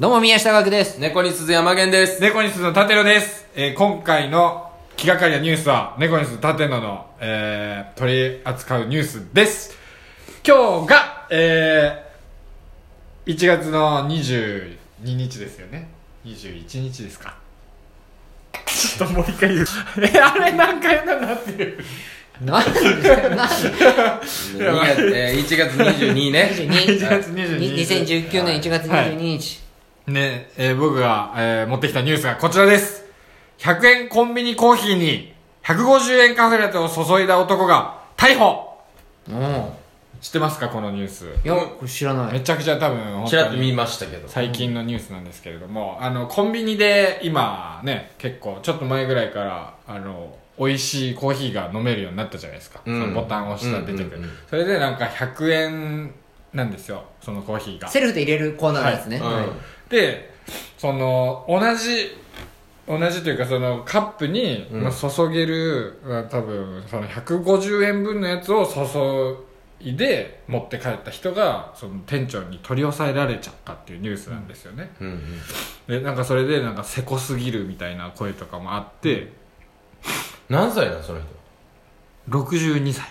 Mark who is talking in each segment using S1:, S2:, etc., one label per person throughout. S1: どうも宮下学です
S2: 猫に鈴山源です。
S3: 猫にすの立野です、えー今回の気がかりなニュースは猫にす立野の、えー取り扱うニュースです今日が、えー1月の22日ですよね21日ですかちょっともう一回言うえあれ何回だなっていう
S1: なんでなんで
S2: いやまあえー1月22日ね。
S1: 22
S3: 1月22日
S1: 2019年1月22日、
S3: ね、えー僕が、えー持ってきたニュースがこちらです。100円コンビニコーヒーに150円カフェラテを注いだ男が逮捕知ってますかこのニュース。
S1: うんいやこれ知らな
S3: め
S1: い
S3: ちゃくちゃ多分、
S2: ちらっと
S3: 本当に
S2: 見ましたけど。
S3: 最近のニュースなんですけれども、あの、コンビニで今ね、結構、ちょっと前ぐらいから、あの、美味しいコーヒーが飲めるようになったじゃないですか。
S2: うん
S3: そのボタンを押したら出てくる、
S2: うんうんうん
S3: それでなんか100円なんですよ、そのコーヒーが。
S1: セルフで入れるコーナーですね、
S2: うん。
S1: はい
S3: でその同じ同じというかそのカップに、
S2: うん
S3: まあ、注げる、まあ、多分その150円分のやつを注いで持って帰った人がその店長に取り押さえられちゃったっていうニュースなんですよね、
S2: うんうん
S3: でなんかそれでなんかせこすぎるみたいな声とかもあって
S2: 何歳なのその人。
S3: 62歳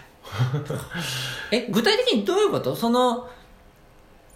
S1: え具体的にどういうことその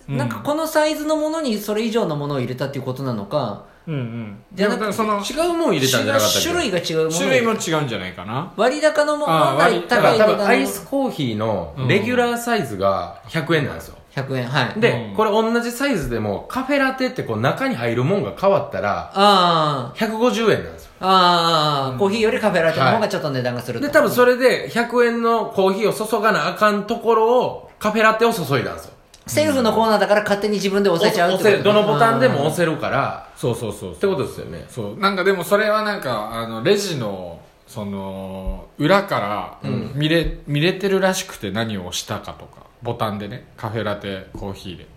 S3: うん
S1: なんかこのサイズのものにそれ以上のものを入れたっていうことなのか、
S3: うんうん
S1: じゃな
S3: でも
S1: くて
S3: その
S2: 違うもん入れたんじゃなかったっけ
S1: 種類が違うもの
S3: 種類も違うんじゃないかな
S1: 割高のもの
S3: あー
S1: が
S3: 割
S2: だ
S1: 高
S2: か
S1: い
S2: ら
S1: 値
S2: 多
S1: 段
S2: 分
S1: の
S2: アイスコーヒーのレギュラーサイズが100円なんですよ。
S1: 100円はい
S2: で
S3: う、ん
S2: これ同じサイズでもカフェラテってこう中に入るもんが変わったら
S1: あ
S2: 150円なんですよ。
S1: あああ、コーヒーよりカフェラテの方がちょっと値段がすると
S2: で、多分それで100円のコーヒーを注がなあかんところをカフェラテを注いだんですよ。
S1: セルフのコーナーだから勝手に自分で押せちゃうってこと
S2: 押せどのボタンでも押せるから、
S3: そうそうそうそう
S2: ってことですよね。
S3: そうなんかでもそれはなんかあのレジのその裏から見れ,、見れてるらしくて何を押したかとかボタンでねカフェラテコーヒーで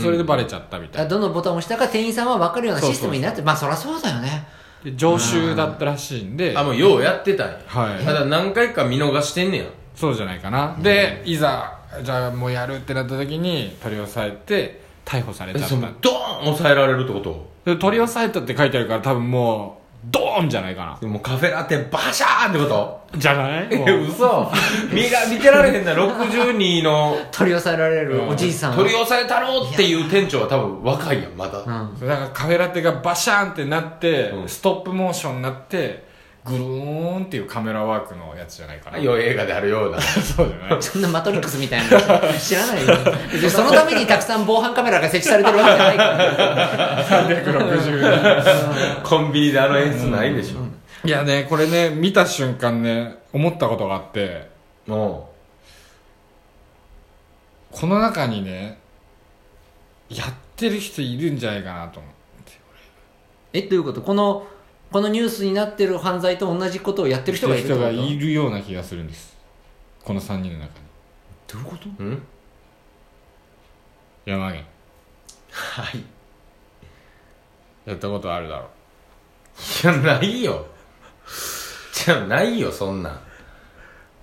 S3: それでバレちゃったみたい
S1: あ
S3: な、
S1: どのボタンを押したか店員さんは分かるようなシステムになってまあそりゃそうだよね
S3: で常習だったらしいんで、
S2: あ、もうようやってたんや。
S3: はい
S2: ただ何回か見逃してんねや。
S3: そうじゃないかな、でいざじゃあもうやるってなった時に取り押さえて逮捕され
S2: え
S3: ちゃっ
S2: そ
S3: た
S2: のドーン抑えられるってこと
S3: で取り押さえたって書いてあるから多分もうドーンじゃないか
S2: でもカフェラテバシャーンってこと
S3: なじゃ ないも
S2: え
S3: う
S2: 嘘見が見てられへんな62の
S1: 取り押さえられるおじいさん
S2: 取り押さえたろうっていう店長は多分若いやんまだ、
S1: うん
S3: だからカフェラテがバシャーンってなって、
S2: うん
S3: ストップモーションになってグルーンっていうカメラワークのやつじゃないかな
S2: よう映画であるような
S3: そうじ ゃない
S1: そんなマトリックスみたいな知らないよ 別にそのためにたくさん防犯カメラが設置されてるわけじゃないから
S3: 360
S2: コンビニであの演出ないでしょ、
S3: いやねこれね見た瞬間ね思ったことがあって
S2: も
S3: この中にねやってる人いるんじゃないかなと思って
S1: えどういうことこのこのニュースになってる犯罪と同じことをやってる人がいるって
S3: 人
S1: こ
S3: が
S1: と
S3: いるような気がするんですこの3人の中に
S1: どういうこと
S2: ううん
S3: 山源
S2: はいい
S3: やったことあるだろ
S2: やないよじゃないよそんなん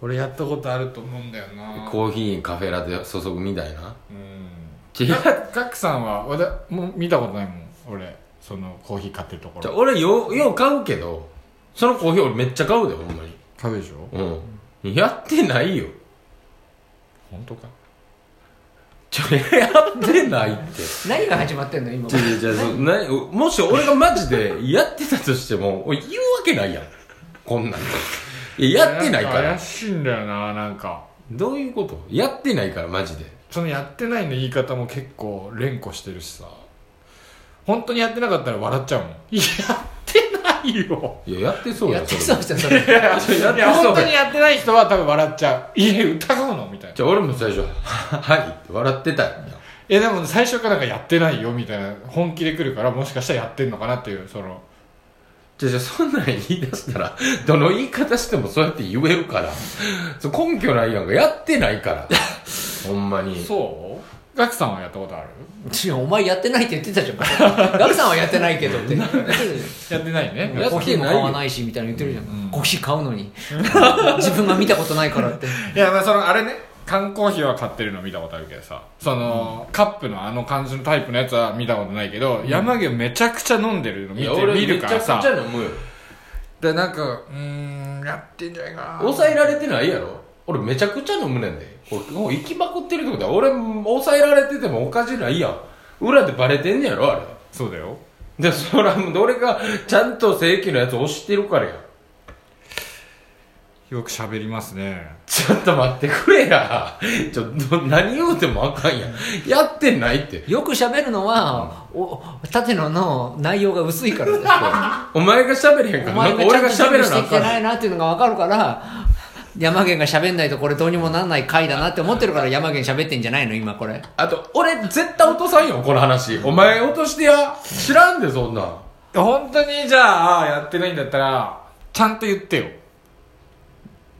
S3: 俺やったことあると思うんだよな
S2: コーヒーにカフェラテ注ぐみたいな
S3: うん
S2: 違う
S3: ガクさんはわだもう見たことないもん俺そのコーヒー買ってるとこ
S2: じゃあ
S3: ろ
S2: 俺ようよう買うけどそのコーヒー俺めっちゃ買うでほんまに
S3: 買うでしょ
S2: うんやってないよ
S3: 本当か
S2: ちょ、やってないって。
S1: 何が始まってんの今
S2: じゃじゃそうなもし俺がマジでやってたとしても、俺言うわけないやん。こんなん。いややってないか
S3: ん
S2: ら
S3: 怪。しいんだよななんか
S2: どういうことやってないから、マジで。
S3: そのやってないの言い方も結構連呼してるしさ本当にやってなかったら笑っちゃうも んやってないよ
S2: いや、やってそう
S1: や
S2: や
S1: っ
S2: ん、
S1: て
S2: そ
S1: そ
S2: れ
S1: う
S2: も
S1: じゃんそれ
S3: いや
S2: やってそう
S3: 本当にやってない人は多分笑っちゃういえ疑うのみたいな
S2: じゃあ俺も最初、はいって笑ってたんや。
S3: えでも最初からなんかやってないよみたいな本気で来るからもしかしたらやってんのかなっていうその
S2: じゃあじゃあそんなん言い出したら、どの言い方してもそうやって言えるから。そう根拠ないやんか。やってないから。ほんまに。
S3: そうガクさんはやったことある
S1: いやお前やってないって言ってたじゃんガクさんはやって ないけどって
S3: やってないね
S2: やってないよ
S1: コーヒーも買わない しみたいなの言ってるじゃん、コーヒー買うのに自分が見たことないからって
S3: いやまあそのあれね缶コーヒーは買ってるの見たことあるけどさその、カップのあの感じのタイプのやつは見たことないけど、山毛めちゃくちゃ飲んでるの見
S2: いや
S3: て
S2: 俺
S3: 見
S2: め
S3: る
S2: ち
S3: か
S2: ゃ
S3: ら
S2: くちゃ
S3: さ
S2: 飲むよ
S3: でなんかうーんやってんじゃないかな
S2: 抑えられてないやろ俺めちゃくちゃ飲むねんで俺もう行きまくってるってことは俺抑えられててもおかしないやん裏でバレてんねやろあれ
S3: そうだよ
S2: でそらもう俺がちゃんと正規のやつ押してるからやん
S3: よく喋りますね
S2: ちょっと待ってくれやちょど何言うてもあかんやんやってないって
S1: よく喋るのは、お舘野の内容が薄い からですよ
S2: お前が喋れへんか
S1: お
S2: らな
S1: 前
S2: んか
S1: がちゃ
S2: 俺
S1: んと喋し
S2: が喋ら
S1: て
S2: なあ
S1: きて
S2: かん
S1: ないなっていうのが分かるから山源が喋んないとこれどうにもなんない回だなって思ってるから山源喋ってんじゃないの今これ
S2: あと、俺絶対落とさんよ、この話。お前落としてや。知らんで、そんなん。
S3: 本当にじゃあやってないんだったらちゃんと言ってよ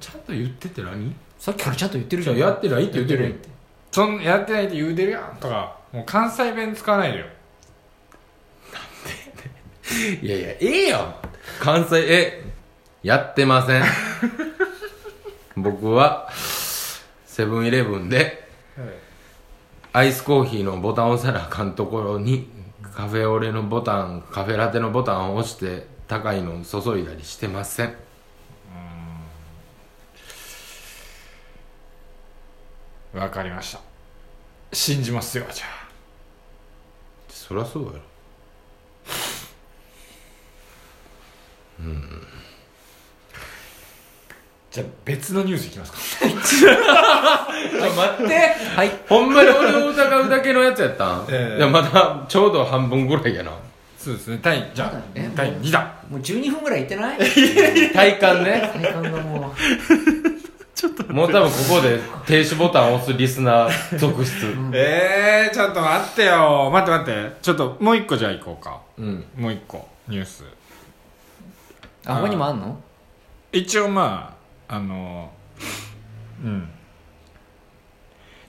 S2: ちゃんと言ってって何
S1: さっきからちゃんと言ってる
S2: じ
S1: じ
S2: ゃ
S1: ゃ
S2: あ
S1: ん
S2: やってないって言ってるやん
S3: そんやってないって言うてるやんとかもう関西弁使わないでよ
S2: いやいや、ええやん。関西、え、やってません。 僕は、セブンイレブンで、アイスコーヒーのボタンを押さなあかんところに、カフェオレのボタン、カフェラテのボタンを押して、高いのを注いだりしてません。
S3: わかりました信じますよじゃあ
S2: そりゃそうやろ
S3: じゃあ別のニュースいきますか
S2: 待って
S1: はい
S2: ほんまに俺を疑うだけのやつやったん、
S3: ええ
S2: いやまだちょうど半分ぐらいやな
S3: そうですね第じゃあ
S1: え
S3: 第2弾
S1: もう12分ぐらい行って ない
S2: 体感ね
S1: 体感がもう
S2: もう多分ここで停止ボタンを押すリスナー続出
S3: えー、ちょっと待ってよ待って待ってちょっともう一個じゃあ行こうか
S2: うん
S3: もう一個ニュース
S1: あここにもあんの
S3: 一応まああのうん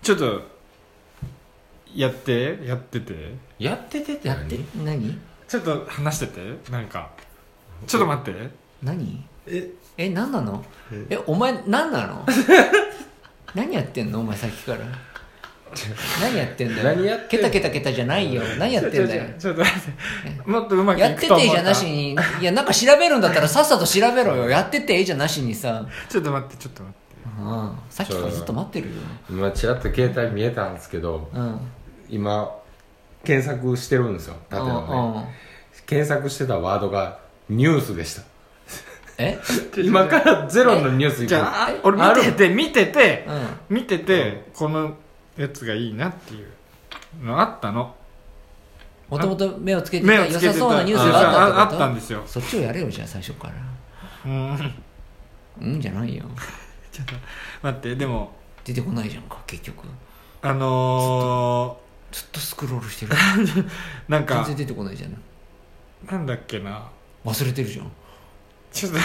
S3: ちょっとやってやってて
S2: やっててって
S1: や
S2: 何
S1: って何
S3: ちょっと話しててなんかちょっと待って
S1: 何
S3: え
S1: え何なの
S3: え
S1: えお前何なの 何やってんのお前さっきから何やってんだよ
S2: 何やって
S1: ケ
S2: ん
S1: タケタケタじゃないよ何やってんだよ
S3: ちょっと待ってもっとうまくい
S1: やっ
S3: く
S1: て
S3: と思
S1: て
S3: った
S1: じゃなしにいやなんか調べるんだったらさっさと調べろよやっててじゃなしにさ、
S3: ちょっと待ってちょっと待って
S1: うん、さっきからずっと待ってるよ、
S2: 今ちらっと携帯見えたんですけど
S1: うん
S2: 今検索してるんですよ
S1: う
S2: 縦
S1: ん
S2: の
S1: う
S2: ね
S1: ん
S2: 検索してたワードがニュースで した
S1: え
S2: 今からゼロのニュースい
S3: じ
S2: く
S3: ゃあ
S1: え
S3: 俺見てて見てて
S1: うん
S3: 見ててこのやつがいいなっていうのあったの
S1: もともと目をつけてた
S3: 目をつ
S1: 良
S3: けて
S1: さ
S3: た
S1: そうなニュース
S3: あ
S1: があったって
S3: あ
S1: こ
S3: っ
S1: と
S3: たんですよ
S1: そっちをやれよじゃあ最初から
S3: うん
S1: うんじゃないよ
S3: 待ってでも
S1: 出てこないじゃんか結局
S3: あの
S1: ずっとスクロールしてる
S3: ー、な
S1: 全
S3: んか
S1: 然出てこないじゃん
S3: なんだっけな
S1: 忘れてるじゃん
S3: ちょっとい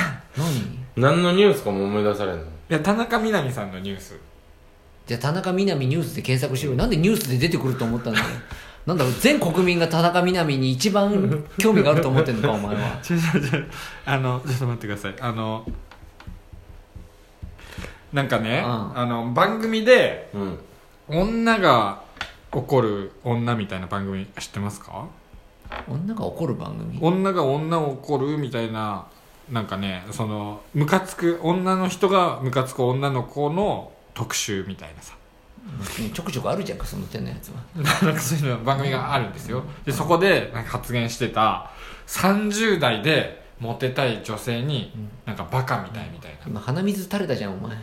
S1: 何
S2: 何のニュースかも思い出されんの
S3: や田中みな実さんのニュース
S1: じゃあ田中みな実ニュースで検索しろよなんでニュースで出てくると思ったんだよなんだろう全国民が田中みな実に一番興味があると思ってんのかお前は
S3: ちょちょちょあのちょっと待ってくださいあのなんかね、
S1: うん
S3: あの番組で
S2: うん
S3: 女が怒る女みたいな番組知ってますか
S1: 女が怒る番組
S3: 女が女を怒るみたいななんかねそのムカつく女の人がムカつく女の子の特集みたいなさ
S1: ちょくちょくあるじゃんかその手のやつは
S3: なんかそういうの番組があるんですよでそこでなんか発言してた30代でモテたい女性になんかバカみたいみたいな
S1: 今鼻水垂れたじゃんお前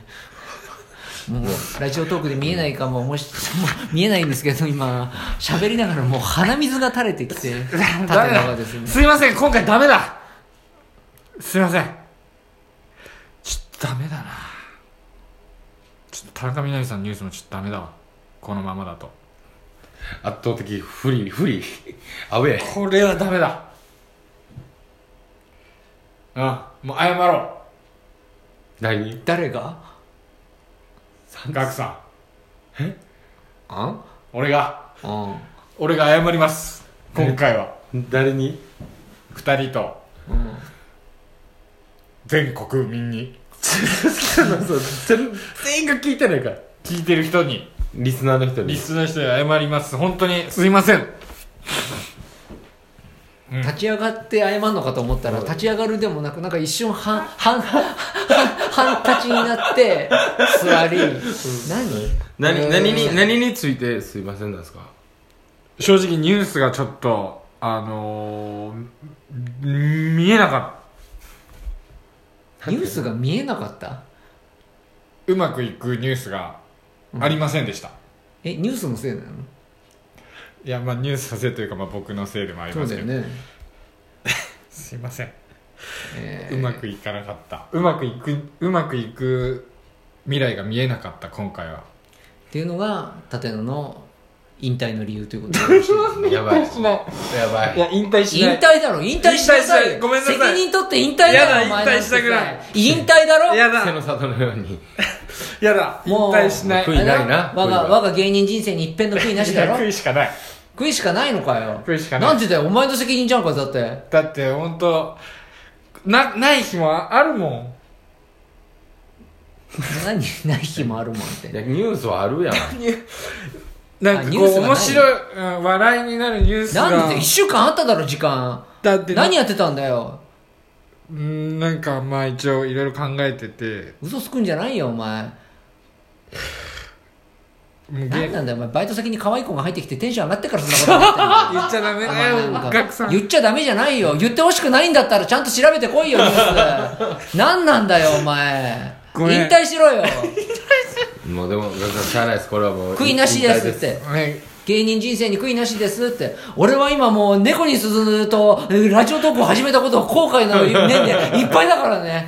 S1: もうラジオトークで見えないかももし 見えないんですけど今喋りながらもう鼻水が垂れてきて縦
S3: ダメ
S1: 長
S3: だ
S1: ですね
S3: すいません今回ダメだすいませんちょっとダメだなちょっと田中みな実さんのニュースもちょっとダメだわこのままだと
S2: 圧倒的不利不利 アウェー
S3: これはダメだあもう謝ろ
S2: 何
S1: 誰が
S3: うガクさん
S1: あん
S3: 俺が
S1: うん
S3: 俺が謝ります今回は
S2: 誰に
S3: 二人と
S1: うん
S3: 全国民に
S2: そう全全員が聞いてないから
S3: 聞いてる人に
S2: リスナーの人
S3: リ
S2: に
S3: スナーの人に謝ります本当にすいません
S1: 立ち上がって謝るのかと思ったら立ち上がるでもなくなんか一瞬半半半半半立ちになって座り何
S2: 何何に
S1: 何
S2: 何についてすいませんなんですか
S3: 正直ニュースがちょっとあのー、見えなかっ
S1: ニュースが見えなかった
S3: たうまくいくニュースがありませんでした、
S1: えニュースのせいなの
S3: いやまあニュースのせいというか、まあ、僕のせいでもあり
S1: そ
S3: ま
S1: う
S3: す
S1: だ
S3: け
S1: よ
S3: ど、
S1: ね、
S3: すいません
S1: え
S3: うまくいかなかったうまくいくうまくいく未来が見えなかった今回は
S1: っていうのが立野の引退の理由ということでよろしいですね
S2: やばい
S3: しない
S2: やば
S3: いや 引退し
S1: 引
S3: ない
S1: 退だろ引退しなさい
S3: 引退しない
S1: よ
S3: ごめんなさい
S1: 責任取って引退だろ
S3: やだ引退したくない
S1: 引退だろ
S3: や
S2: 背
S3: だ
S2: の里のように
S3: やだ引
S1: もう
S3: 退しない
S2: 悔いないな
S1: 我が
S2: 悔いは
S1: 我が芸人人生に一遍の悔いなしだろ
S3: いや悔いしかない
S1: 悔いしかないのかよ
S3: 悔いしかない
S1: んでだよお前の責任じゃんかだって
S3: だって本当なない日もあるもん
S1: 何ない日もあるもんっ
S2: いや
S1: て
S2: ニュースはあるやん
S3: なんか
S1: あニ
S3: こ
S1: ュースが
S3: う
S1: ない
S3: 面白い、うん笑いになるニュースが
S1: なんで1週間あっただろ時間
S3: だってな
S1: 何やってたんだよ
S3: うんなんかまあ一応いろいろ考えてて
S1: 嘘つくんじゃないよお前
S3: もうゲ
S1: 何なんだよお前バイト先に可愛い子が入ってきてテンション上がってからそんなこと言ってんの
S3: 言っちゃダメだよ
S1: なん
S3: お
S1: か
S3: 客さん
S1: 言っちゃダメじゃないよ言ってほしくないんだったらちゃんと調べてこいよニュー ス何なんだよお前
S3: ごめん
S1: 引退しろ よ
S2: もうでもガクさんしゃあないですこれはもう
S1: 悔いなしですって
S3: ね
S1: 芸人人生に悔いなしですって俺は今もう猫に鈴とえーラジオトークを始めたことを後悔の念でいっぱいだからね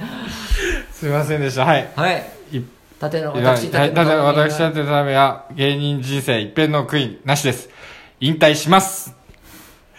S3: すいませんでしたはい
S1: はい
S3: い
S1: 縦の
S3: 私
S1: 私
S3: だ
S1: 縦
S3: だ
S1: の
S3: 私だってためは芸人人生一遍の悔いなしです引退します